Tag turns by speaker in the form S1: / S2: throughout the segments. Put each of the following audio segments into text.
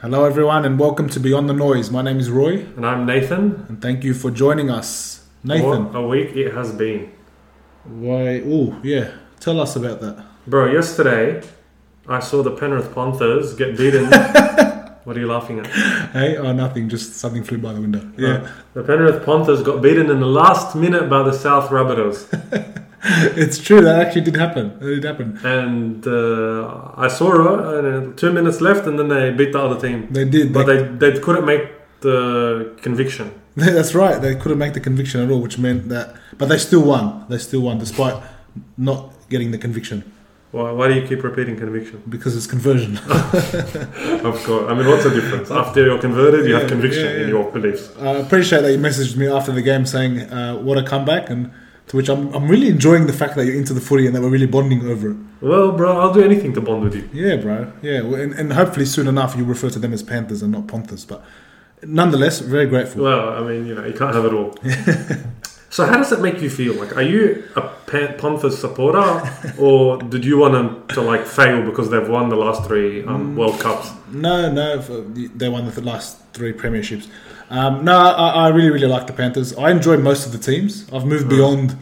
S1: Hello, everyone, and welcome to Beyond the Noise. My name is Roy,
S2: And I'm Nathan.
S1: and thank you for joining us. Nathan,
S2: What a week it has been.
S1: why? Oh, yeah. Tell us about that.
S2: Bro, yesterday I saw the Penrith Panthers get beaten. what are you laughing at?
S1: Hey, oh, nothing. Just something flew by the window. Yeah,
S2: The Penrith Panthers got beaten in the last minute by the South Rabbitohs.
S1: it's true. That actually did happen. It did happen.
S2: and uh, I saw it, and uh, two minutes left, and then they beat the other team.
S1: They did.
S2: But
S1: They,
S2: they, they couldn't make the conviction.
S1: that's right. They couldn't make the conviction at all, which meant that. But they still won. They still won, despite not getting the conviction
S2: Why, why do you keep repeating conviction?
S1: because it's conversion.
S2: Of course. I mean, what's the difference? After you're converted, you
S1: Yeah,
S2: have conviction
S1: yeah, yeah.
S2: in your beliefs.
S1: Uh, I appreciate that you messaged me after the game saying uh, what a comeback, and to which I'm, I'm really enjoying the fact that you're into the footy and that we're really bonding over it.
S2: Well, bro, I'll do anything to bond with you.
S1: Yeah, bro. Yeah, well, and, and hopefully soon enough you refer to them as Panthers and not Panthers, but nonetheless, very grateful.
S2: Well, I mean, you know, you can't have it all. so, how does that make you feel? Like, are you a Pan- Panthers supporter, or did you want them to like fail because they've won the last three
S1: Mm.
S2: um, World Cups?
S1: No, no, f- they won the th- last three premierships. Um, no, I, I really, really like the Panthers. I enjoy most of the teams. I've
S2: Mm.
S1: moved beyond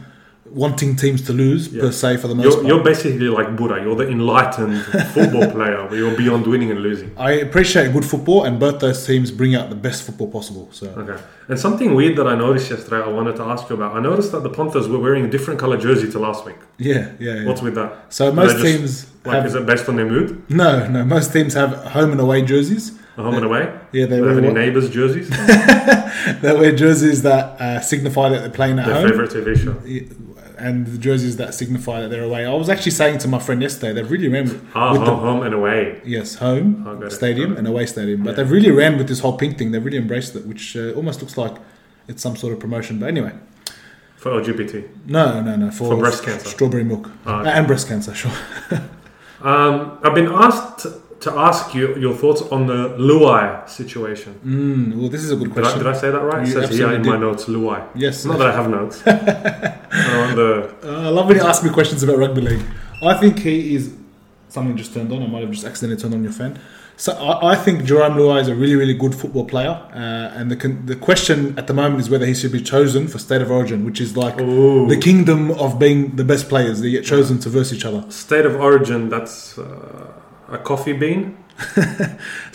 S1: wanting teams to lose per se for the most
S2: You're,
S1: part.
S2: you're basically like Buddha. You're the enlightened football player. Where you're beyond winning and losing.
S1: I appreciate good football, and both those teams bring out the best football possible. So.
S2: Okay. And something weird that I noticed yesterday, I wanted to ask you about. I noticed that the Panthers were wearing a different color jersey to last week.
S1: Yeah, yeah. yeah.
S2: What's with that?
S1: So
S2: Are they
S1: most
S2: just-
S1: teams
S2: like,
S1: have-
S2: is it based on their mood,
S1: No, no. Most teams have home and away jerseys.
S2: home and away?
S1: Yeah, they
S2: Do they have
S1: wear
S2: any
S1: what-
S2: neighbors' jerseys?
S1: They wear jerseys that uh, signify that they're playing at
S2: their
S1: home,
S2: favorite TV show.
S1: and the jerseys that signify that they're away. I was actually saying to my friend yesterday, they've really rammed
S2: Ah,
S1: with
S2: home, home and away.
S1: the yes home
S2: Oh, got it,
S1: stadium
S2: got it.
S1: and away stadium, but they've really rammed with this whole pink thing. They've really embraced it, which uh, almost looks like it's some sort of promotion. But anyway,
S2: For LGBT.
S1: no, no, no. For,
S2: For breast cancer.
S1: strawberry milk,
S2: Ah, okay.
S1: and breast cancer. Sure.
S2: Um, I've been asked to ask you your thoughts on the Luai situation.
S1: Mm, well, this is a good
S2: Did I,
S1: question.
S2: did I say that right? It
S1: You
S2: says here in
S1: absolutely
S2: my
S1: did.
S2: notes, Luai.
S1: Yes.
S2: Not that I have notes. I want the-
S1: Uh, I love when you ask me questions about rugby league. I think he is something just turned on. I might have just accidentally turned on your fan. So I, I think Jerome Luai is a really, really good football player. Uh, and the con- the question at the moment is whether he should be chosen for state of origin, which is like
S2: Ooh.
S1: the kingdom of being the best players. They get chosen to verse each other.
S2: state of origin, that's uh, a coffee bean.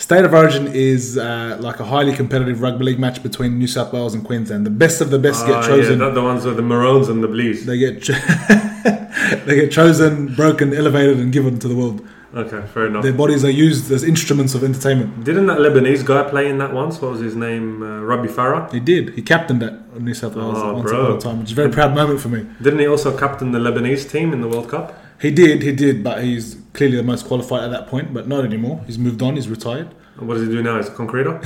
S1: State of origin is uh, like a highly competitive rugby league match between New South Wales and Queensland. The best of the best
S2: Ah,
S1: get chosen.
S2: Yeah, that, the ones with the maroons and the blues.
S1: they get cho- they get chosen, broken, elevated, and given to the world.
S2: Okay, fair enough.
S1: Their bodies are used as instruments of entertainment.
S2: Didn't that Lebanese guy play in that once? What was his name? Uh, Rabbi Farah?
S1: He did. He captained that New South Wales
S2: Oh,
S1: once
S2: bro.
S1: upon a time, which is a very proud moment for me.
S2: Didn't he also captain the Lebanese team in the World Cup?
S1: He did, he did, but he's clearly the most qualified at that point, but not anymore. He's moved on. He's retired.
S2: What does he do now? He's a concreter?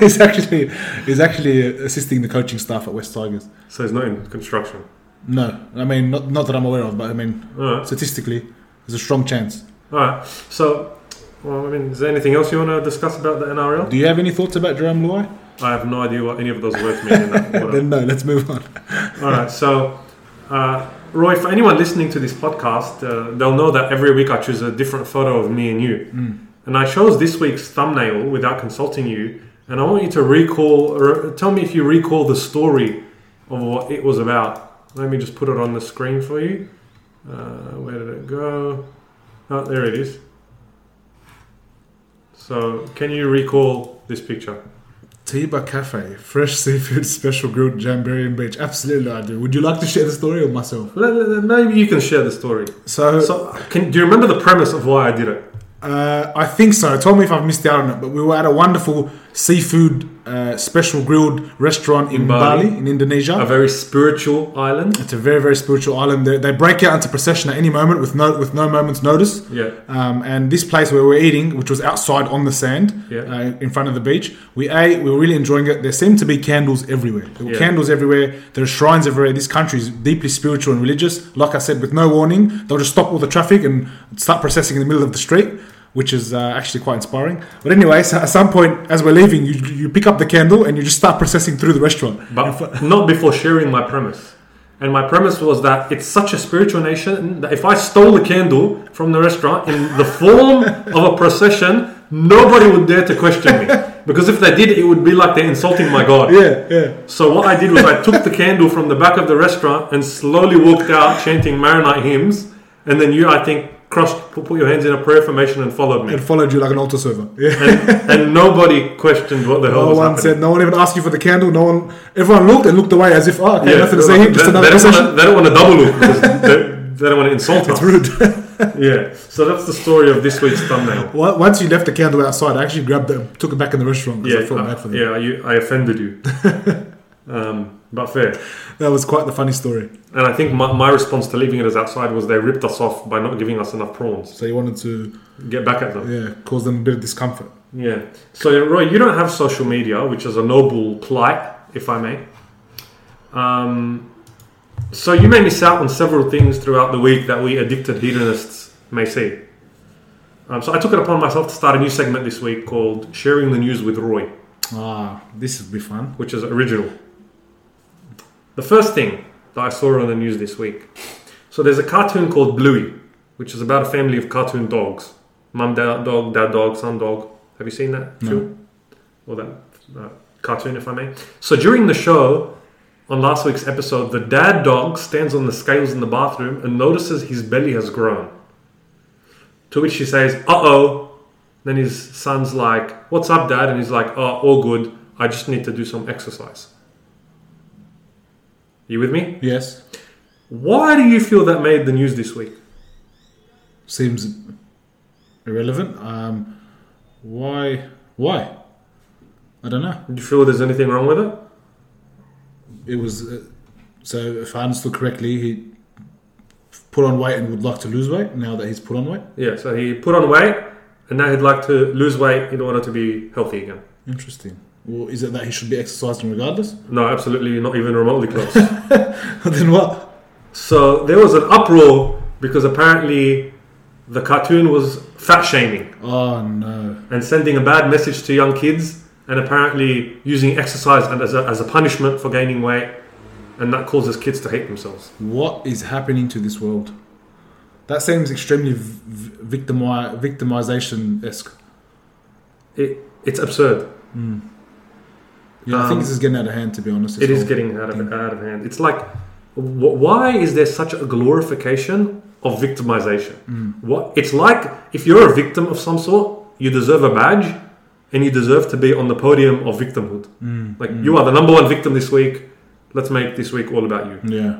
S1: he's actually he's actually uh, assisting the coaching staff at West Tigers.
S2: so he's not in construction.
S1: No, I mean not not that I'm aware of, but I mean
S2: All right.
S1: statistically, there's a strong chance.
S2: All right. So, well, I mean, is there anything else you want to discuss about the NRL?
S1: Do you have any thoughts about Jerome Luai?
S2: I have no idea what any of those words mean in that order.
S1: Then no. Let's move on.
S2: All right. So, uh, Roy, for anyone listening to this podcast, uh, they'll know that every week I choose a different photo of me and you. And I chose this week's thumbnail without consulting you. And I want you to recall, or tell me if you recall the story of what it was about. Let me just put it on the screen for you. Uh, where did it go? Oh, there it is. So, can you recall this picture?
S1: Tiba Cafe, fresh seafood special grilled jamboree and beach. Absolutely, I do. Would you like to share the story or myself?
S2: Let- let- let- Maybe you can share the story.
S1: So,
S2: So, can, do you remember the premise of why I did it?
S1: uh, I think so. Tell me if I've missed out on it. But we were at a wonderful seafood uh, special grilled restaurant in,
S2: In
S1: Bali.
S2: Bali.
S1: in Indonesia.
S2: A very spiritual island.
S1: it's a very very spiritual island. They, they break out into procession at any moment with no with no moment's notice.
S2: Yeah.
S1: Um, and this place where we were eating, which was outside on the sand,
S2: Yeah.
S1: uh, in front of the beach, we ate. We were really enjoying it. There seemed to be candles everywhere. There were
S2: Yeah.
S1: candles everywhere. There are shrines everywhere. This country is deeply spiritual and religious. Like I said, with no warning, they'll just stop all the traffic and start processing in the middle of the street, which is uh, actually quite inspiring. But anyway, so at some point, as we're leaving, you you pick up the candle and you just start processing through the restaurant.
S2: But not before sharing my premise. And my premise was that it's such a spiritual nation that if I stole the candle from the restaurant in the form of a procession, Nobody would dare to question me. Because if they did, it would be like they're insulting my God.
S1: Yeah, yeah.
S2: So what I did was I took the candle from the back of the restaurant and slowly walked out chanting Maronite hymns. And then you, I think, crossed, put put your hands in a prayer formation and followed me.
S1: It followed you like an altar server. Yeah.
S2: And, and nobody questioned what the hell
S1: No
S2: was
S1: one
S2: happening.
S1: said. No one even asked you for the candle. No one. Everyone looked and looked away as if, oh, okay, nothing to say
S2: they,
S1: here. Just
S2: they,
S1: another
S2: don't
S1: session.
S2: wanna, they don't want to double look because they, they don't want to insult us.
S1: It's rude.
S2: Yeah. So that's the story of this week's thumbnail.
S1: Well, Once you left the candle outside, I actually grabbed it, took it back in the restaurant because
S2: Yeah,
S1: I felt
S2: uh,
S1: bad for them.
S2: yeah, you, I offended you. um, but fair.
S1: That was quite the funny story.
S2: And I think my, my response to leaving it as outside was they ripped us off by not giving us enough prawns.
S1: So you wanted to,
S2: Get back at them.
S1: yeah, cause them a bit of discomfort.
S2: Yeah. So, Roy, you don't have social media, which is a noble plight, if I may. Um, so, you may miss out on several things throughout the week that we addicted hedonists may see. Um, so, I took it upon myself to start a new segment this week called Sharing the News with Roy,
S1: Ah, this would be fun.
S2: which is original. The first thing that I saw on the news this week so, there's a cartoon called Bluey, which is about a family of cartoon dogs mum, dad, dog, dad, dog, son, dog. Have you seen that?
S1: No.
S2: Phil? or that uh, cartoon, if I may. So during the show, on last week's episode, the dad dog stands on the scales in the bathroom and notices his belly has grown. To which he says, "Uh oh." Then his son's like, "What's up, dad?" And he's like, "Oh, all good. I just need to do some exercise." You with me?
S1: Yes,
S2: Why do you feel that made the news this week?
S1: seems irrelevant. Um, why? Why? I don't know.
S2: Do you feel there's anything wrong with it?
S1: It was uh, so. If I understood correctly, he put on weight and would like to lose weight. Now that he's put on weight,
S2: Yeah, so he put on weight and now he'd like to lose weight in order to be healthy again.
S1: interesting. Well, is it that he should be exercising regardless?
S2: No, absolutely not even remotely close.
S1: then what?
S2: so there was an uproar because apparently the cartoon was fat shaming
S1: Oh no!
S2: and sending a bad message to young kids and apparently using exercise and as, a, as a punishment for gaining weight and that causes kids to hate themselves.
S1: What is happening to this world? That seems extremely v- victimi- victimization esque.
S2: It, it's absurd.
S1: Yeah, I
S2: Um,
S1: think this is getting out of hand. To be honest,
S2: It
S1: this
S2: is
S1: whole
S2: getting out
S1: thing.
S2: of, out of hand. It's like, wh- why is there such a glorification of victimization? What it's like if you're a victim of some sort, you deserve a badge, and you deserve to be on the podium of victimhood. Like you are the number one victim this week. Let's make this week all about you.
S1: Yeah.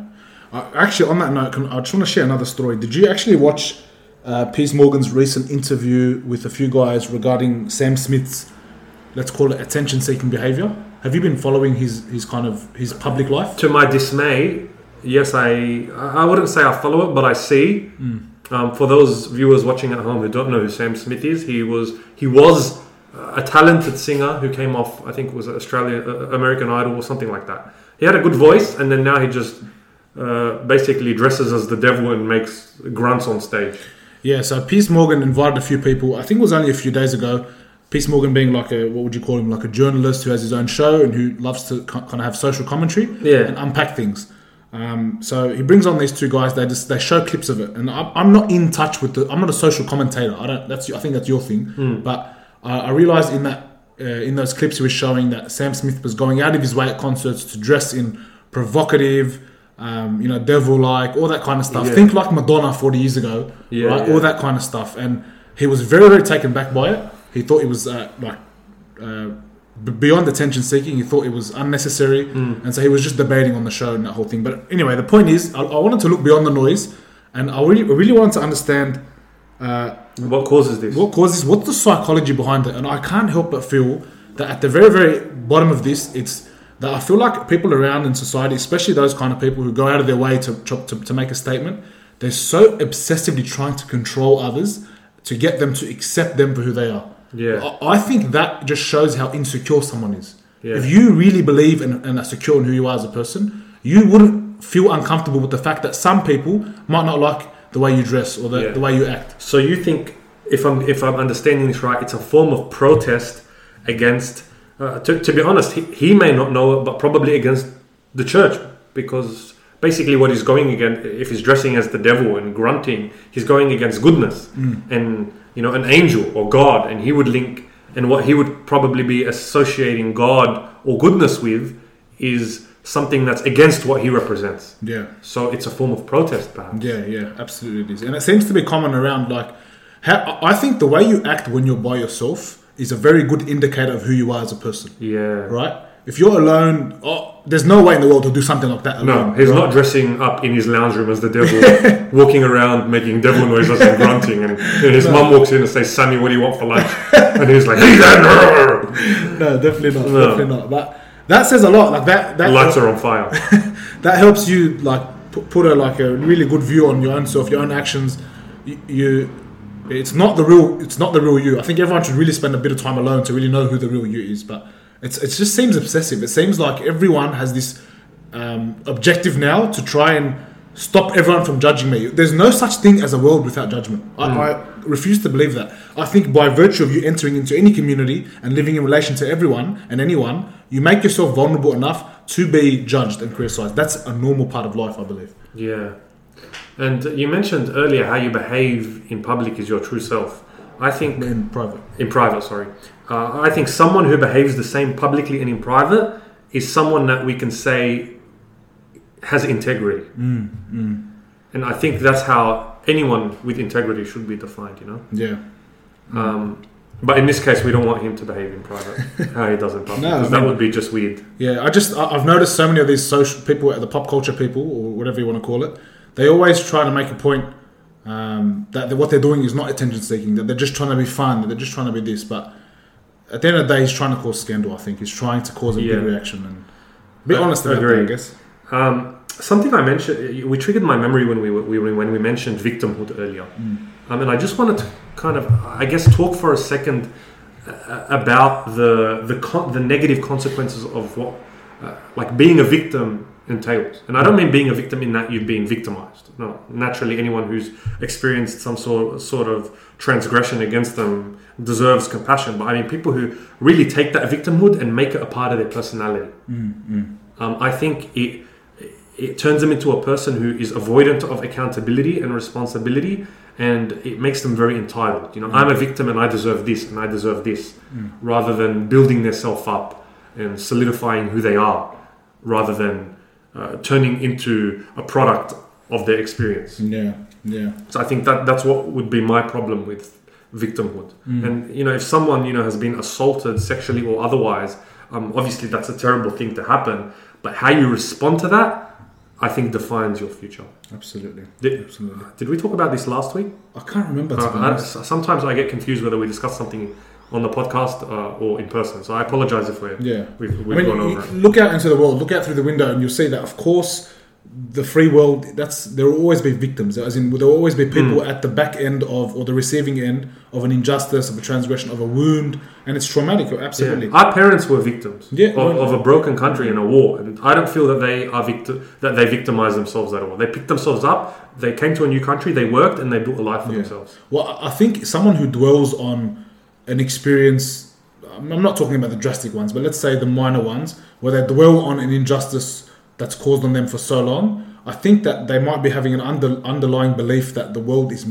S1: Uh, actually, on that note, can, I just want to share another story. Did you actually watch uh, Piers Morgan's recent interview with a few guys regarding Sam Smith's, let's call it attention-seeking behavior? Have you been following his his kind of his public life?
S2: To my dismay, yes, I I I wouldn't say I follow it, but I see. Um, for those viewers watching at home who don't know who Sam Smith is, he was he was a talented singer who came off I think it was Australia uh, American Idol or something like that. He had a good voice, and then now he just uh, basically dresses as the devil and makes grunts on stage.
S1: Yeah. So Piers Morgan invited a few people. I think it was only a few days ago. Piers Morgan being like a what would you call him? Like a journalist who has his own show and who loves to ki- kind of have social commentary. and
S2: Yeah,
S1: unpack things. Um, so he brings on these two guys. They just they show clips of it, and I'm, I'm not in touch with the. I'm not a social commentator. I don't. That's I think that's your thing.
S2: Hmm.
S1: But I I realized in that uh, in those clips he was showing that Sam Smith was going out of his way at concerts to dress in provocative, um, you know, devil like, all that kind of stuff.
S2: Yeah.
S1: Think like Madonna 40 years ago,
S2: Yeah,
S1: right?
S2: yeah.
S1: All that kind of stuff. And he was very very taken back by it. He thought it was uh, like uh, b- beyond attention seeking. He thought it was unnecessary, and so he was just debating on the show and that whole thing. But anyway, the point is, I, I wanted to look beyond the noise, and I really, I really wanted to understand uh,
S2: what causes this?
S1: what causes, what's the psychology behind it, and I can't help but feel that at the very, very bottom of this, it's that I feel like people around in society, especially those kind of people who go out of their way to to, to, to make a statement, they're so obsessively trying to control others to get them to accept them for who they are.
S2: Yeah.
S1: I- I think that just shows how insecure someone is.
S2: Yeah.
S1: If you really believe and, and are secure in who you are as a person, you wouldn't feel uncomfortable with the fact that some people might not like the way you dress or the,
S2: Yeah.
S1: the way you act.
S2: So you think, if I'm if I'm understanding this right, it's a form of protest against. Uh, to, to be honest, he, he may not know it, but probably against the church because basically what he's going against, if he's dressing as the devil and grunting, he's going against goodness and you know, an angel or God, and he would link, and what he would probably be associating God or goodness with is something that's against what he represents.
S1: Yeah.
S2: So it's a form of protest, perhaps.
S1: Yeah, yeah, absolutely it is, and it seems to be common around. Like, how, I think the way you act when you're by yourself is a very good indicator of who you are as a person,
S2: Yeah.
S1: right? If you're alone, oh, there's no way in the world to do something like that alone.
S2: No, he's
S1: right?
S2: not dressing up in his lounge room as the devil, walking around making devil noises and grunting. And, and his mum walks in and says, "Sonny, what do you want for lunch?" And he's like, "Hey, Dad,
S1: No, definitely not.
S2: No.
S1: Definitely not. But that says a lot. Like that. That
S2: lights are on fire."
S1: that helps you like pu- put a like a really good view on your own self, your own actions. You, you, it's not the real. It's not the real you. I think everyone should really spend a bit of time alone to really know who the real you is. But it's it just seems obsessive. It seems like everyone has this um, objective now to try and stop everyone from judging me. There's no such thing as a world without judgment. I, I refuse to believe that. I think by virtue of you entering into any community and living in relation to everyone and anyone, you make yourself vulnerable enough to be judged and criticized. That's a normal part of life, I believe.
S2: Yeah. And you mentioned earlier how you behave in public is your true self. I think
S1: In private.
S2: in private, sorry. Uh, I think someone who behaves the same publicly and in private is someone that we can say has integrity.
S1: Mm,
S2: And I think that's how anyone with integrity should be defined, you know?
S1: Yeah.
S2: Um, but in this case, we don't want him to behave in private how he does in public.
S1: No, I
S2: Because that
S1: mean-
S2: would be just weird.
S1: Yeah, I just I- I've noticed so many of these social people, the pop culture people, or whatever you want to call it, they always try to make a point um, that that what they're doing is not attention seeking, that they're just trying to be fun, that they're just trying to be this. But at the end of the day, he's trying to cause scandal. I think he's trying to cause a big
S2: Yeah.
S1: reaction and be
S2: I-
S1: honest
S2: I
S1: about that. I
S2: agree.
S1: guess.
S2: Um, something I mentioned, we triggered my memory when we, were- we were- when we mentioned victimhood earlier, um, and I just wanted to kind of, I guess, talk for a second uh, about the the con- the negative consequences of what uh, like being a victim entails. And I don't mean being a victim in that you've been victimized. No, naturally, anyone who's experienced some sort sort of transgression against them deserves compassion. But I mean people who really take that victimhood and make it a part of their personality. Um, I think it it turns them into a person who is avoidant of accountability and responsibility, and it makes them very entitled. You know, I'm a victim and I deserve this and I deserve this, rather than building themselves up and solidifying who they are, rather than uh, turning into a product of their experience.
S1: Yeah, yeah,
S2: So I think that that's what would be my problem with victimhood.
S1: Mm.
S2: And you know, if someone you know has been assaulted sexually or otherwise, um, obviously that's a terrible thing to happen. But how you respond to that, I think, defines your future.
S1: absolutely,
S2: Did,
S1: absolutely. Uh-huh.
S2: did we talk about this last week?
S1: I can't remember. To
S2: Uh,
S1: be
S2: I-
S1: honest.
S2: s- sometimes I get confused whether we discuss something on the podcast uh, or in person. So I apologize if we're
S1: Yeah.
S2: we've, we've
S1: I mean,
S2: gone
S1: you-
S2: over it.
S1: look out into the world, look out through the window, and you'll see that, of course, the free world. That's there will always be victims. As in, there will always be people
S2: Hmm.
S1: at the back end of or the receiving end of an injustice, of a transgression, of a wound, and it's traumatic. Absolutely.
S2: Yeah. Our parents were victims
S1: Yeah,
S2: of,
S1: right.
S2: of a broken country in a war, and I don't feel that they are victim that they victimized themselves at all. They picked themselves up. They came to a new country. They worked and they built a life for themselves.
S1: Well, I- I think someone who dwells on an experience, I'm I'm not talking about the drastic ones, but let's say the minor ones, where they dwell on an injustice that's caused on them for so long, I think that they might be having an under, underlying belief that the world is.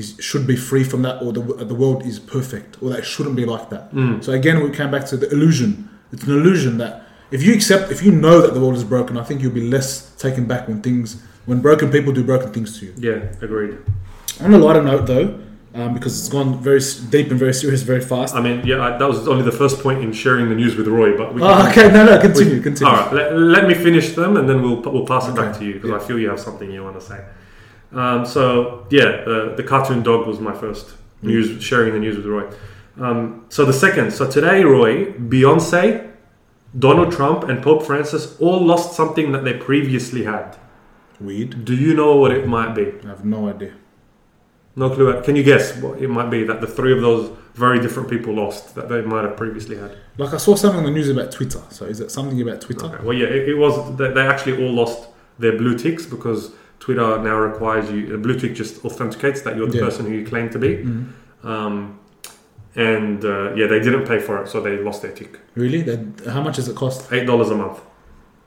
S1: Is, should be free from that, or the, the world is perfect, or that it shouldn't be like that. So again, we came back to the illusion. It's an illusion that if you accept, if you know that the world is broken, I think you'll be less taken back when things, when broken people do broken things to you.
S2: Yeah, agreed.
S1: On a lighter note, though, um, because it's gone very s- deep and very serious very fast.
S2: I mean, yeah, I, that was only the first point in sharing the news with Roy. But we
S1: Oh, okay, no, no, continue, continue.
S2: All right, let, let me finish them and then we'll we'll pass it back
S1: Okay.
S2: to you because I feel you have something you want to say. Um, so yeah, the, the cartoon dog was my first
S1: Mm.
S2: news sharing the news with Roy. Um, so the second, so today, Roy, Beyonce, Donald Trump, and Pope Francis all lost something that they previously had.
S1: Weed.
S2: Do you know what it might be?
S1: I have no idea.
S2: No clue. Can you guess what it might be that the three of those very different people lost that they might have previously had?
S1: Like I saw something on the news about Twitter. So is it something about Twitter?
S2: Okay. Well, yeah, it, it was. They, they actually all lost their blue ticks because Twitter now requires you. A blue tick just authenticates that you're the
S1: Yeah.
S2: person who you claim to be.
S1: Mhm.
S2: Um, and uh, yeah, they didn't pay for it, so they lost their tick.
S1: Really? That, how much does it cost?
S2: Eight dollars a month,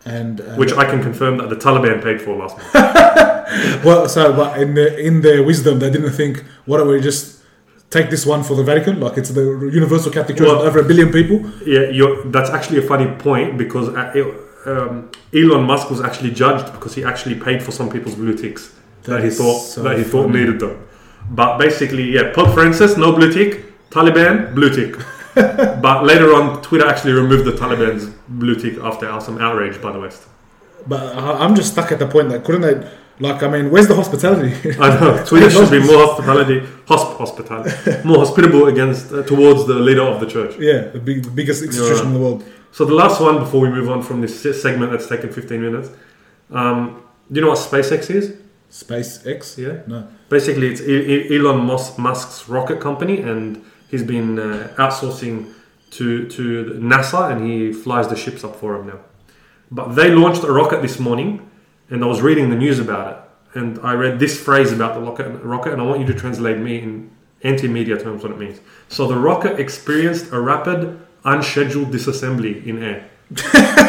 S1: And uh,
S2: which I can confirm that the Taliban paid for last month.
S1: well, so but in their in their wisdom, they didn't think, what don't we just take this one for the Vatican, like it's the Universal Catholic Church
S2: Well-
S1: with over a billion people.
S2: Yeah, you're, that's actually a funny point because uh, il- um, Elon Musk was actually judged because he actually paid for some people's blue ticks that,
S1: That
S2: he
S1: is
S2: thought
S1: so
S2: that he thought
S1: funny.
S2: needed them. But basically, yeah, Pope Francis no blue tick, Taliban blue tick. but later on, Twitter actually removed the Taliban's blue tick after some outrage by the West.
S1: But I, I'm just stuck at the point that couldn't they, like, I mean, where's the hospitality?
S2: I know Twitter should be more hospitality, hosp- hospitality, more hospitable against uh, towards the leader of the church.
S1: yeah, the, big, the biggest institution
S2: right.
S1: in the world.
S2: So the last one before we move on from this se- segment that's taken 15 minutes. Um, do you know what SpaceX is?
S1: SpaceX?
S2: Yeah.
S1: No.
S2: Basically, it's E- E- Elon Mus- Musk's rocket company, and he's been uh, outsourcing to to NASA, and he flies the ships up for him now. But they launched a rocket this morning, and I was reading the news about it, and I read this phrase about the rocket, rocket and I want you to translate me in anti-media terms what it means. So the rocket experienced a rapid, unscheduled disassembly in air.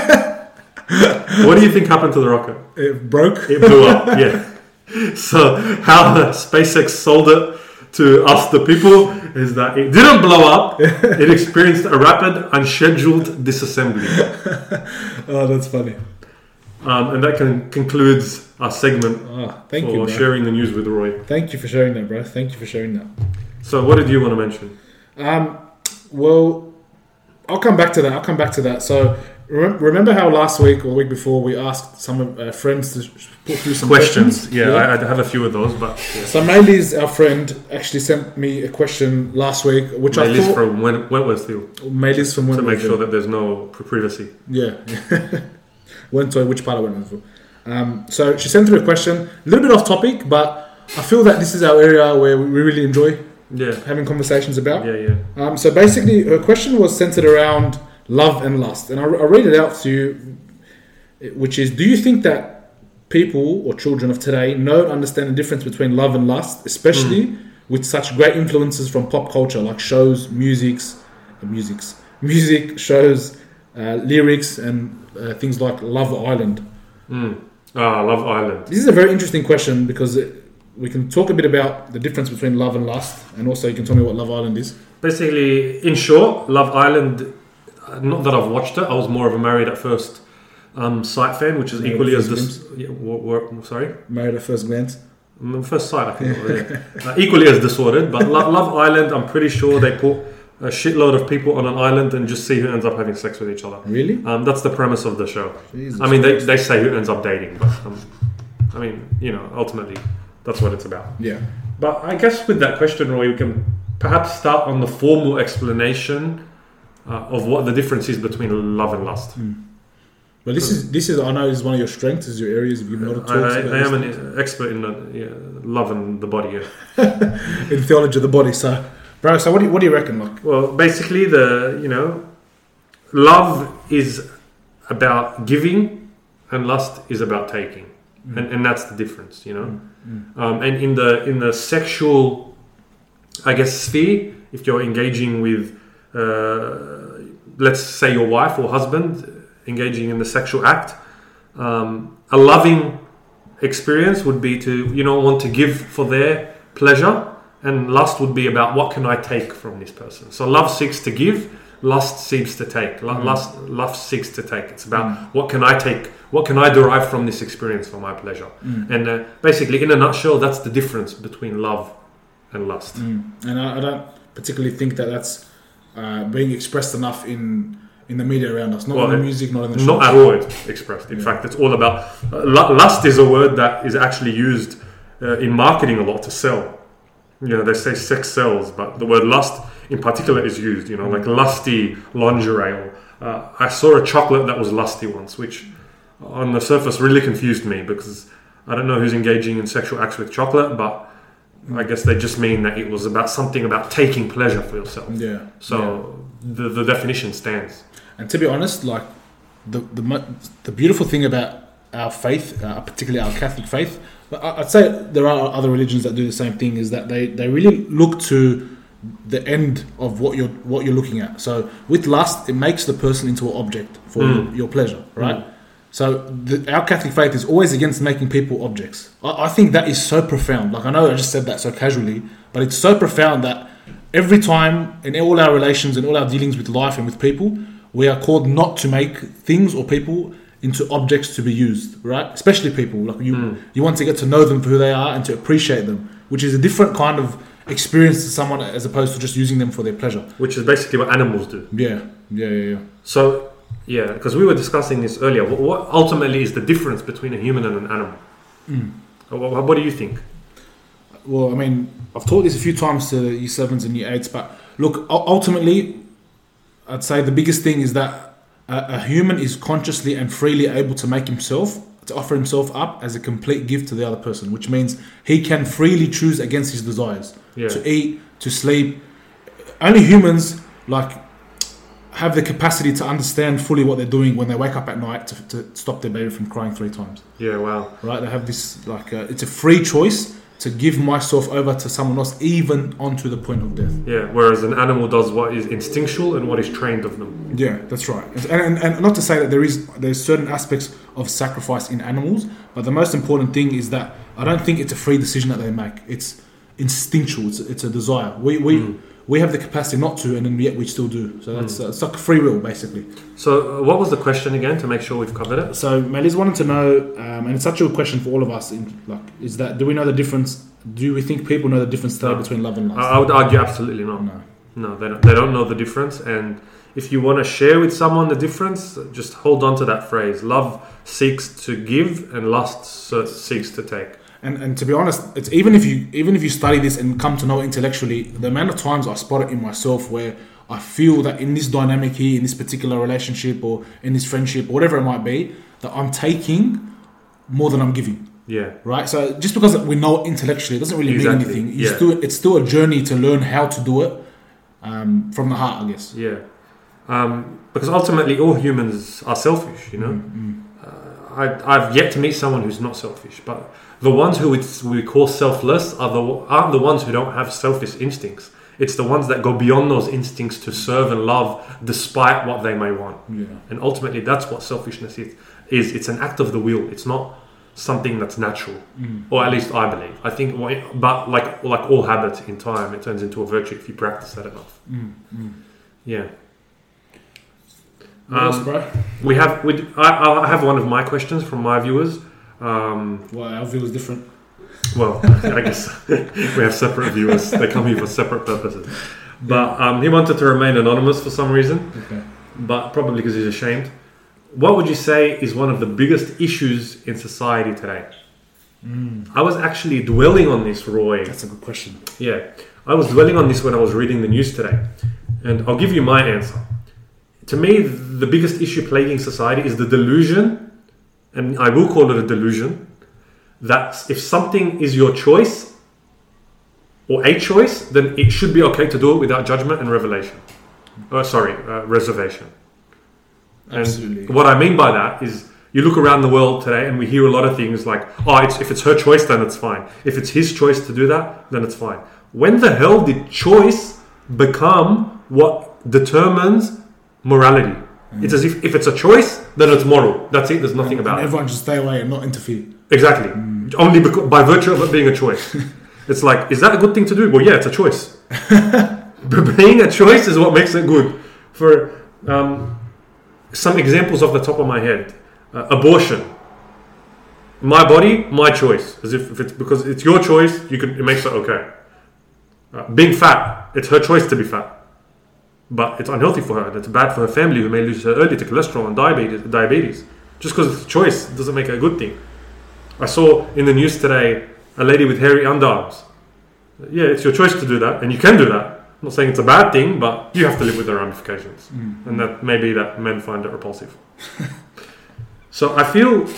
S2: what do you think happened to the rocket?
S1: It broke.
S2: It blew up, yeah. So how SpaceX sold it to us, the people, is that it didn't blow up. It experienced a rapid, unscheduled disassembly.
S1: Oh, that's funny.
S2: Um, and that con- concludes our segment
S1: Oh, thank
S2: for
S1: you, bro.
S2: sharing the news with Roy.
S1: Thank you for sharing that, bro. Thank you for sharing that.
S2: So what did you want to mention?
S1: Um, well, I'll come back to that. I'll come back to that. So rem- remember how last week or the week before we asked some of our friends to sh- put through some questions.
S2: Questions. Yeah, I, I have a few of those, but yeah.
S1: so Maylis, our friend, actually sent me a question last week, which
S2: my
S1: I
S2: list
S1: thought
S2: from Wen- Wentworth Hill
S1: Maylis from
S2: to
S1: Winwood.
S2: make sure that there's no pri- privacy.
S1: Yeah. went to which part I went to. Um, so she sent through a question, a little bit off topic, but I feel that this is our area where we really enjoy
S2: Yeah,
S1: having conversations about.
S2: yeah, yeah.
S1: Um, so basically, her question was centered around love and lust, and I'll, I'll read it out to you, which is: Do you think that people or children of today know and understand the difference between love and lust, especially with such great influences from pop culture like shows, musics, uh, musics, music, shows, uh, lyrics, and uh, things like Love Island?
S2: Ah, Love Island.
S1: This is a very interesting question because. It, we can talk a bit about the difference between love and lust, and also you can tell me what Love Island is.
S2: Basically, in short, Love Island. uh, Not that I've watched it. I was more of a married at first um, sight fan, which is
S1: Married at
S2: equally as
S1: First
S2: dis- yeah, wa- wa- sorry,
S1: Married at first glance.
S2: Mm, first sight. I think it was, yeah. uh, equally as disordered. But Lo- Love Island, I'm pretty sure they put a shitload of people on an island and just see who ends up having sex with each other.
S1: Really?
S2: Um, that's the premise of the show.
S1: Jesus
S2: I mean, they, they say who ends up dating, but um, I mean, you know, ultimately, that's what it's about.
S1: Yeah.
S2: But I guess with that question, Roy, we can perhaps start on the formal explanation uh, of what the difference is between love and lust.
S1: But this is this is I know is one of your strengths, is your areas you've given a lot of
S2: I,
S1: talks
S2: I,
S1: about
S2: I am
S1: this
S2: an expert in uh, yeah, love and the body. Yeah.
S1: in theology of the body. So, bro, so what do you, what do you reckon? Like,
S2: Well, basically, the you know, love is about giving, and lust is about taking, and, and that's the difference, you know. Um, and in the in the sexual, I guess sphere, if you're engaging with, uh, let's say your wife or husband, uh, engaging in the sexual act, um, a loving experience would be to you know want to give for their pleasure and lust would be about what can i take from this person so love seeks to give lust seeks to take Lo- lust love seeks to take it's about what can i take what can i derive from this experience for my pleasure and uh, basically in a nutshell that's the difference between love and lust
S1: and I, I don't particularly think that that's uh, being expressed enough in in the media around us. Not
S2: Well,
S1: in the
S2: it-
S1: music, not in the
S2: not
S1: shows.
S2: at all it's expressed in fact it's all about uh, lu- lust is a word that is actually used uh, in marketing a lot to sell you know they say sex sells but the word lust in particular is used you know like lusty lingerie or uh, i saw a chocolate that was lusty once which on the surface really confused me because i don't know who's engaging in sexual acts with chocolate but i guess they just mean that it was about something about taking pleasure for yourself
S1: Mm. Yeah.
S2: so the, the definition stands
S1: And to be honest, like the the mo- the beautiful thing about our faith, uh, particularly our Catholic faith, but I- I'd say there are other religions that do the same thing. Is that they they really look to the end of what you're what you're looking at. So with lust, it makes the person into an object for your, your pleasure, right? So the, our Catholic faith is always against making people objects. I, I think that is so profound. Like I know I just said that so casually, but it's so profound that every time in all our relations and all our dealings with life and with people, we are called not to make things or people into objects to be used, right? Especially people. Like you, you want to get to know them for who they are and to appreciate them, which is a different kind of experience to someone as opposed to just using them for their pleasure.
S2: which is basically what animals do.
S1: Yeah, yeah, yeah, yeah.
S2: So, yeah, because we were discussing this earlier. What, what ultimately is the difference between a human and an animal? What, what- what do you think?
S1: well, I mean, I've taught this a few times to year sevens and year eights, but look, u- ultimately, I'd say the biggest thing is that a, a human is consciously and freely able to make himself, to offer himself up as a complete gift to the other person, which means he can freely choose against his desires
S2: Yeah.
S1: to eat, to sleep. Only humans, like, have the capacity to understand fully what they're doing when they wake up at night to, to stop their baby from crying three times
S2: Yeah, wow.
S1: right? They have this like uh, it's a free choice to give myself over to someone else, even onto the point of death.
S2: Yeah, whereas an animal does what is instinctual and what is trained of them.
S1: Yeah, that's right. And, and, and not to say that there is there's certain aspects of sacrifice in animals, but the most important thing is that I don't think it's a free decision that they make. It's instinctual. It's, it's a desire. We we. We have the capacity not to, and then yet we still do. So that's uh, it's like free will, basically.
S2: So, uh, what was the question again to make sure we've covered it?
S1: So Melis wanted to know, um, and it's such a good question for all of us. In, like, is that do we know the difference? Do we think people know the difference today
S2: No.
S1: between love and lust?
S2: I, I would argue absolutely not.
S1: No.
S2: No, they don't, they don't know the difference. And if you want to share with someone the difference, just hold on to that phrase. Love seeks to give and lust se- seeks to take.
S1: And and to be honest, it's even if you even if you study this and come to know it intellectually, the amount of times I spot it in myself where I feel that in this dynamic here, in this particular relationship or in this friendship, whatever it might be, that I'm taking more than I'm giving.
S2: Yeah.
S1: Right? So just because we know it intellectually it doesn't really
S2: Exactly,
S1: mean anything. It's
S2: yeah.
S1: still it's still a journey to learn how to do it um, from the heart, I guess.
S2: Yeah, um, because ultimately all humans are selfish. You know, uh, I, I've yet to meet someone who's not selfish. But the ones who it's, we call selfless are the aren't the ones who don't have selfish instincts. It's the ones that go beyond those instincts to serve and love, despite what they may want.
S1: Yeah.
S2: And ultimately, that's what selfishness is. Is it's an act of the will. It's not something that's natural, or at least I believe. I think, but like like all habits, in time it turns into a virtue if you practice that enough. Yeah.
S1: What else,
S2: Um,
S1: bro?
S2: We have. We, d- I, I have one of my questions from my viewers. Um,
S1: Well, our view is different.
S2: well, I guess we have separate viewers. They come here for separate purposes. But um, he wanted to remain anonymous for some reason,
S1: Okay.
S2: but probably because he's ashamed. What would you say is one of the biggest issues in society today? I was actually dwelling on this, Roy.
S1: That's a good question.
S2: Yeah, I was dwelling on this when I was reading the news today, and I'll give you my answer. To me, the biggest issue plaguing society is the delusion, and I will call it a delusion, that if something is your choice or a choice, then it should be okay to do it without judgment and revelation. Oh, sorry, uh, reservation. And
S1: Absolutely.
S2: what I mean by that is you look around the world today and we hear a lot of things like, oh, it's, if it's her choice, then it's fine. If it's his choice to do that, then it's fine. When the hell did choice become what determines morality? It's as if if it's a choice, then it's moral. That's it. There's nothing about it.
S1: Everyone should stay away Mm. and not interfere.
S2: Exactly. Only becau- by virtue of it being a choice. it's like, is that a good thing to do? Well, yeah, it's a choice. but being a choice is what makes it good. For um, some examples off the top of my head, uh, abortion. My body, my choice. As if, if it's because it's your choice, you can. It makes it okay. Uh, being fat, it's her choice to be fat. But it's unhealthy for her, and it's bad for her family, who may lose her early to cholesterol and diabetes. diabetes. Just because it's a choice doesn't make it a good thing. I saw in the news today a lady with hairy underarms. Yeah, it's your choice to do that, and you can do that. I'm not saying it's a bad thing, but you have to live with the ramifications,
S1: Mm.
S2: and that maybe that men find it repulsive. so I feel.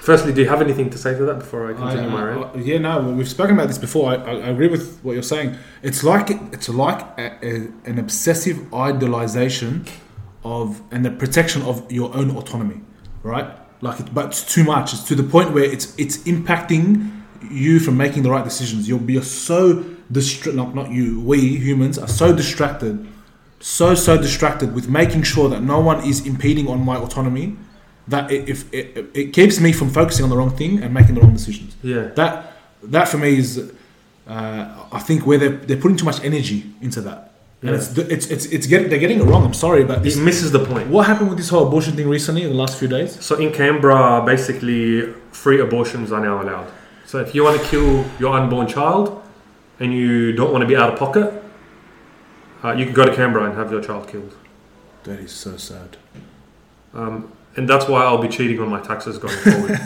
S2: Firstly, do you have anything to say to that before I
S1: I, uh,
S2: continue my rant?
S1: I- yeah, no, well, we've spoken about this before. I, I, I agree with what you're saying. It's like it's like a, a, an obsessive idolization of and the protection of your own autonomy, right? Like, it, but it's too much. It's to the point where it's it's impacting you from making the right decisions. You'll be so distracted. Not, not you. We humans are so distracted, so so distracted with making sure that no one is impeding on my autonomy. That it, if it, it keeps me from focusing on the wrong thing and making the wrong decisions
S2: Yeah.
S1: that that for me is uh, I think where they're, they're putting too much energy into that. And
S2: Yeah.
S1: it's, it's, it's, it's get, they're getting it wrong. I'm sorry, but
S2: It
S1: it's,
S2: misses the point.
S1: what happened with this whole abortion thing recently in the last few days?
S2: So in Canberra, basically, free abortions are now allowed. So if you want to kill your unborn child and you don't want to be out of pocket, uh, you can go to Canberra and have your child killed.
S1: That is so sad.
S2: Um, and that's why I'll be cheating on my taxes going forward.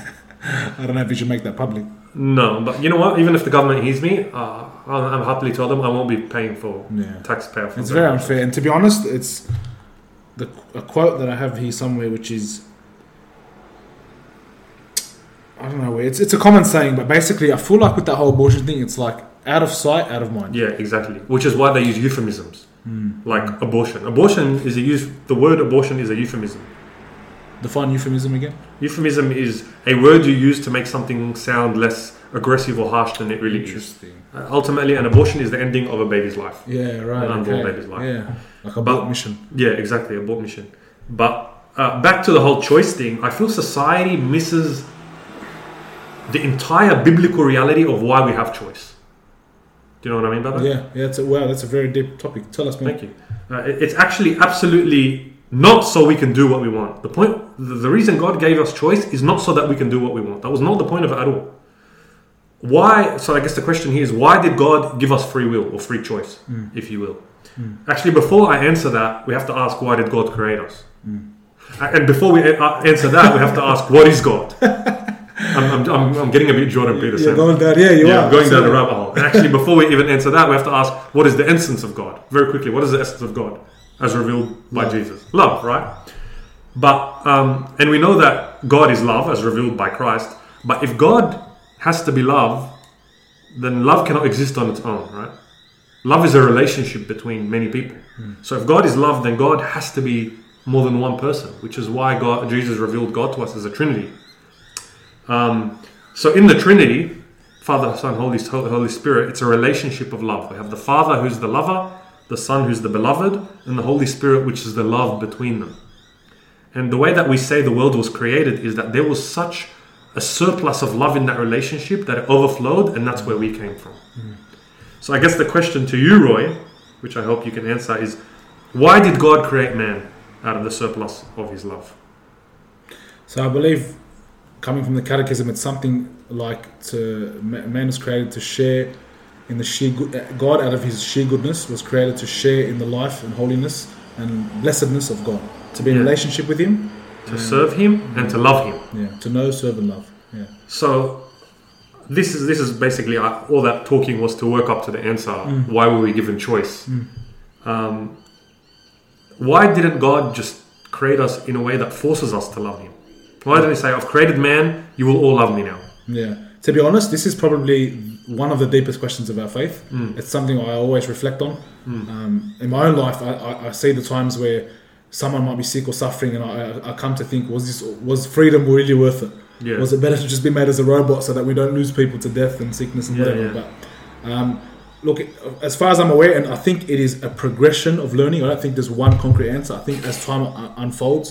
S1: I don't know if you should make that public.
S2: no, but you know what? Even if the government hears me, uh, I'll, I'm happily tell them I won't be paying for
S1: Yeah.
S2: taxpayer. for
S1: It's
S2: that.
S1: very unfair. And to be honest, it's the a quote that I have here somewhere, which is I don't know. where- It's it's a common saying, but basically, I feel like with that whole abortion thing, it's like out of sight, out of mind.
S2: Yeah, exactly. Which is why they use euphemisms
S1: Hmm.
S2: like abortion. Abortion is a use. The word abortion is a euphemism.
S1: Define euphemism again.
S2: Euphemism is a word you use to make something sound less aggressive or harsh than it really is.
S1: Interesting.
S2: Uh, ultimately, an abortion is the ending of a baby's life.
S1: Yeah. Right.
S2: An unborn
S1: okay.
S2: baby's life.
S1: Yeah. Like a
S2: But-
S1: but, mission.
S2: Yeah, exactly, abort mission. But uh, back to the whole choice thing, I feel society misses the entire biblical reality of why we have choice. Do you know what I mean by that?
S1: Yeah. Yeah. It's a, wow. That's a very deep topic. Tell us, man.
S2: Thank you. Uh, it- it's actually absolutely not so we can do what we want. The point, the, the reason God gave us choice is not so that we can do what we want. That was not the point of it at all. Why? So I guess the question here is why did God give us free will or free choice, if you will? Actually, before I answer that, we have to ask why did God create us? A- And before we a- a- answer that, we have to ask what is God? I'm, I'm, I'm, I'm getting a bit Jordan Peterson.
S1: You're going down. Yeah. You
S2: Yeah,
S1: are
S2: going down
S1: Absolutely.
S2: the rabbit hole. And actually, before we even answer that, we have to ask what is the essence of God? Very quickly, what is the essence of God as revealed by Jesus? Love, right? But, um, and we know that God is love as revealed by Christ. But if God has to be love, then love cannot exist on its own, right? Love is a relationship between many people.
S1: Hmm.
S2: So if God is love, then God has to be more than one person, which is why God, Jesus revealed God to us as a Trinity. Um, so in the Trinity, Father, Son, Holy, Holy Spirit, it's a relationship of love. We have the Father who's the lover, the Son who's the beloved, and the Holy Spirit which is the love between them. And the way that we say the world was created is that there was such a surplus of love in that relationship that it overflowed, and that's where we came from. So I guess the question to you, Roy, which I hope you can answer, is why did God create man out of the surplus of his love?
S1: So I believe, coming from the Catechism, it's something like to ma- man is created to share in the sheer good, uh, God out of His sheer goodness was created to share in the life and holiness and blessedness of God. To be in
S2: Yeah.
S1: relationship with Him,
S2: To serve him and to love him.
S1: yeah. To know, serve, and love. Yeah.
S2: So this is this is basically uh, all that talking was to work up to the answer. Why were we given choice? Um, why didn't God just create us in a way that forces us to love Him? Why didn't He say, "I've created man; you will all love me now"?
S1: Yeah. To be honest, this is probably one of the deepest questions of our faith.
S2: Hmm.
S1: It's something I always reflect on. Um, in my own life, I, I, I see the times where someone might be sick or suffering, and I, I- I come to think, was this was freedom really worth it?
S2: Yeah.
S1: Was it better to just be made as a robot so that we don't lose people to death and sickness and
S2: Yeah,
S1: whatever?
S2: yeah.
S1: But um, look, as far as I'm aware, and I think it is a progression of learning. I don't think there's one concrete answer. I think as time uh, unfolds,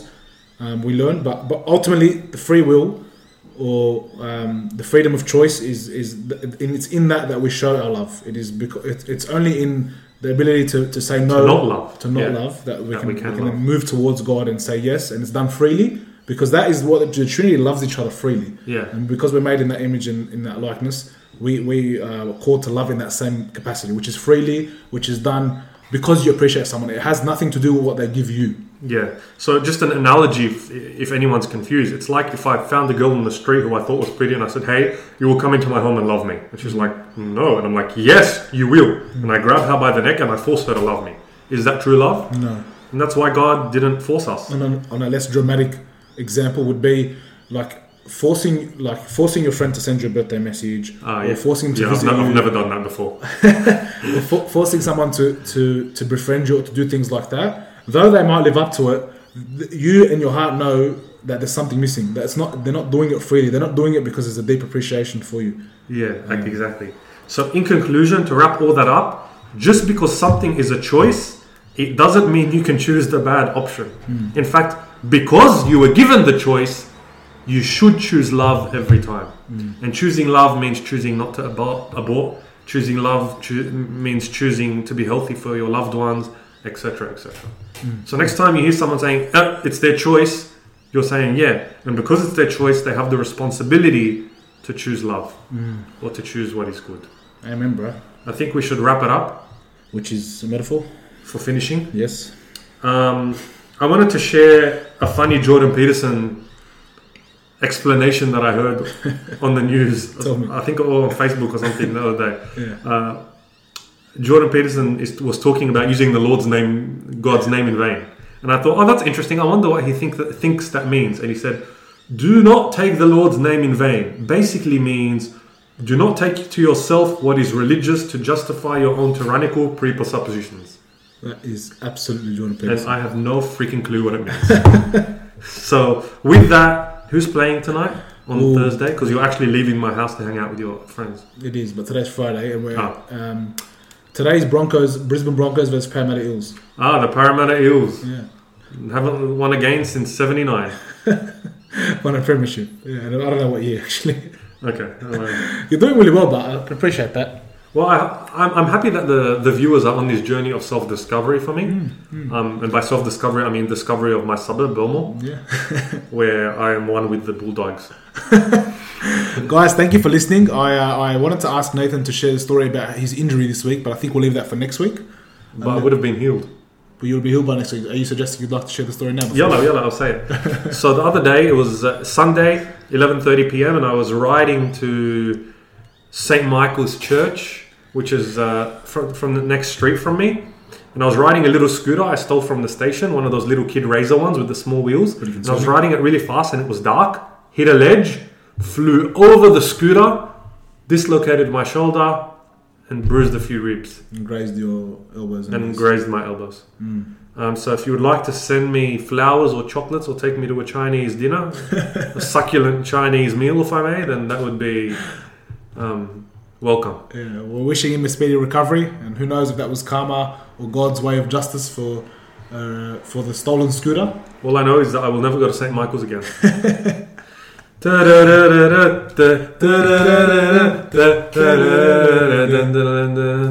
S1: um, we learn. But but ultimately, the free will or um, the freedom of choice is is th- and it's in that that we show our love. It is because it, it's only in the ability to, to say no
S2: To not love.
S1: to not
S2: Yeah.
S1: love that we
S2: That
S1: can,
S2: we
S1: we
S2: can
S1: can
S2: love.
S1: move towards God and say yes, and it's done freely because that is what the Trinity loves each other freely.
S2: Yeah.
S1: and because we're made in that image and in that likeness, we we uh, are called to love in that same capacity, which is freely, which is done because you appreciate someone. It has nothing to do with what they give you.
S2: Yeah. So just an analogy, if, if anyone's confused, it's like if I found a girl on the street who I thought was pretty, and I said, "Hey, you will come into my home and love me," and she's like, "No," and I'm like, "Yes, you will," and I grab her by the neck and I force her to love me. Is that true love?
S1: No.
S2: And that's why God didn't force us.
S1: on a, on a less dramatic example would be like forcing like forcing your friend to send you a birthday message
S2: Ah,
S1: or
S2: yeah.
S1: forcing him to
S2: Yeah, I've,
S1: visit
S2: ne-
S1: you,
S2: I've never done that before.
S1: or for- forcing someone to, to to befriend you or to do things like that though they might live up to it th- you in your heart know that there's something missing that's not they're not doing it freely they're not doing it because there's a deep appreciation for you
S2: Yeah, like exactly. So, in conclusion, to wrap all that up, just because something is a choice, it doesn't mean you can choose the bad option. In fact, because you were given the choice, you should choose love every time. And choosing love means choosing not to abort, abort choosing love choo- means choosing to be healthy for your loved ones, etc., etc. So next time you hear someone saying "Ah, it's their choice, you're saying yeah, and because it's their choice, they have the responsibility to choose love or to choose what is good.
S1: Amen, bro.
S2: I think we should wrap it up
S1: Which is a metaphor.
S2: for finishing.
S1: Yes.
S2: Um, I wanted to share a funny Jordan Peterson explanation that I heard on the news.
S1: Tell me.
S2: I think or on Facebook or something the other day.
S1: Yeah.
S2: Uh, Jordan Peterson is, was talking about using the Lord's name, God's name in vain, and I thought, oh, that's interesting. I wonder what he think that, thinks that means. And he said, "Do not take the Lord's name in vain." Basically means. Do not take to yourself what is religious to justify your own tyrannical presuppositions
S1: That is absolutely Jordan
S2: and
S1: Peterson.
S2: I have no freaking clue what it means. so, with that, who's playing tonight on
S1: Ooh.
S2: Thursday? Because you're actually leaving my house to hang out with your friends.
S1: It is, but today's Friday, and we're
S2: Ah.
S1: um, today's Broncos, Brisbane Broncos versus Parramatta Eels.
S2: Ah, the Parramatta Eels
S1: Yeah,
S2: haven't won a game since '79.
S1: won a premiership. Yeah, I don't I don't know what year actually.
S2: Okay. alright.
S1: You're doing really well, but I appreciate that.
S2: Well, I, I'm, I'm happy that the, the viewers are on this journey of self-discovery for me. Um, and by self-discovery, I mean discovery of my suburb, Belmore,
S1: Yeah,
S2: where I am one with the Bulldogs.
S1: guys, thank you for listening. I uh, I wanted to ask Nathan to share the story about his injury this week, but I think we'll leave that for next week.
S2: But I would have been healed.
S1: But you'll be healed by next week. Are you suggesting you'd like to share the story now?
S2: Yellow, yellow. I'll say it. so the other day, it was uh, Sunday, eleven thirty p.m., and I was riding to St. Michael's Church, which is uh, from from the next street from me. And I was riding a little scooter I stole from the station, one of those little kid razor ones with the small wheels. And I was riding it really fast, and it was dark. Hit a ledge, flew over the scooter, dislocated my shoulder, and bruised a few ribs
S1: And grazed your elbows and, Hmm.
S2: and grazed my elbows. Um, so if you would like to send me flowers or chocolates or take me to a Chinese dinner, a succulent Chinese meal, if I may, then that would be um, welcome.
S1: Yeah, we're wishing him a speedy recovery, and who knows if that was karma or God's way of justice for uh, for the stolen scooter.
S2: All I know is that I will never go to St. Michael's again. Da-da-da-da-da, da-da-da-da-da, da-da-da-da-da, da-da-da-da-da.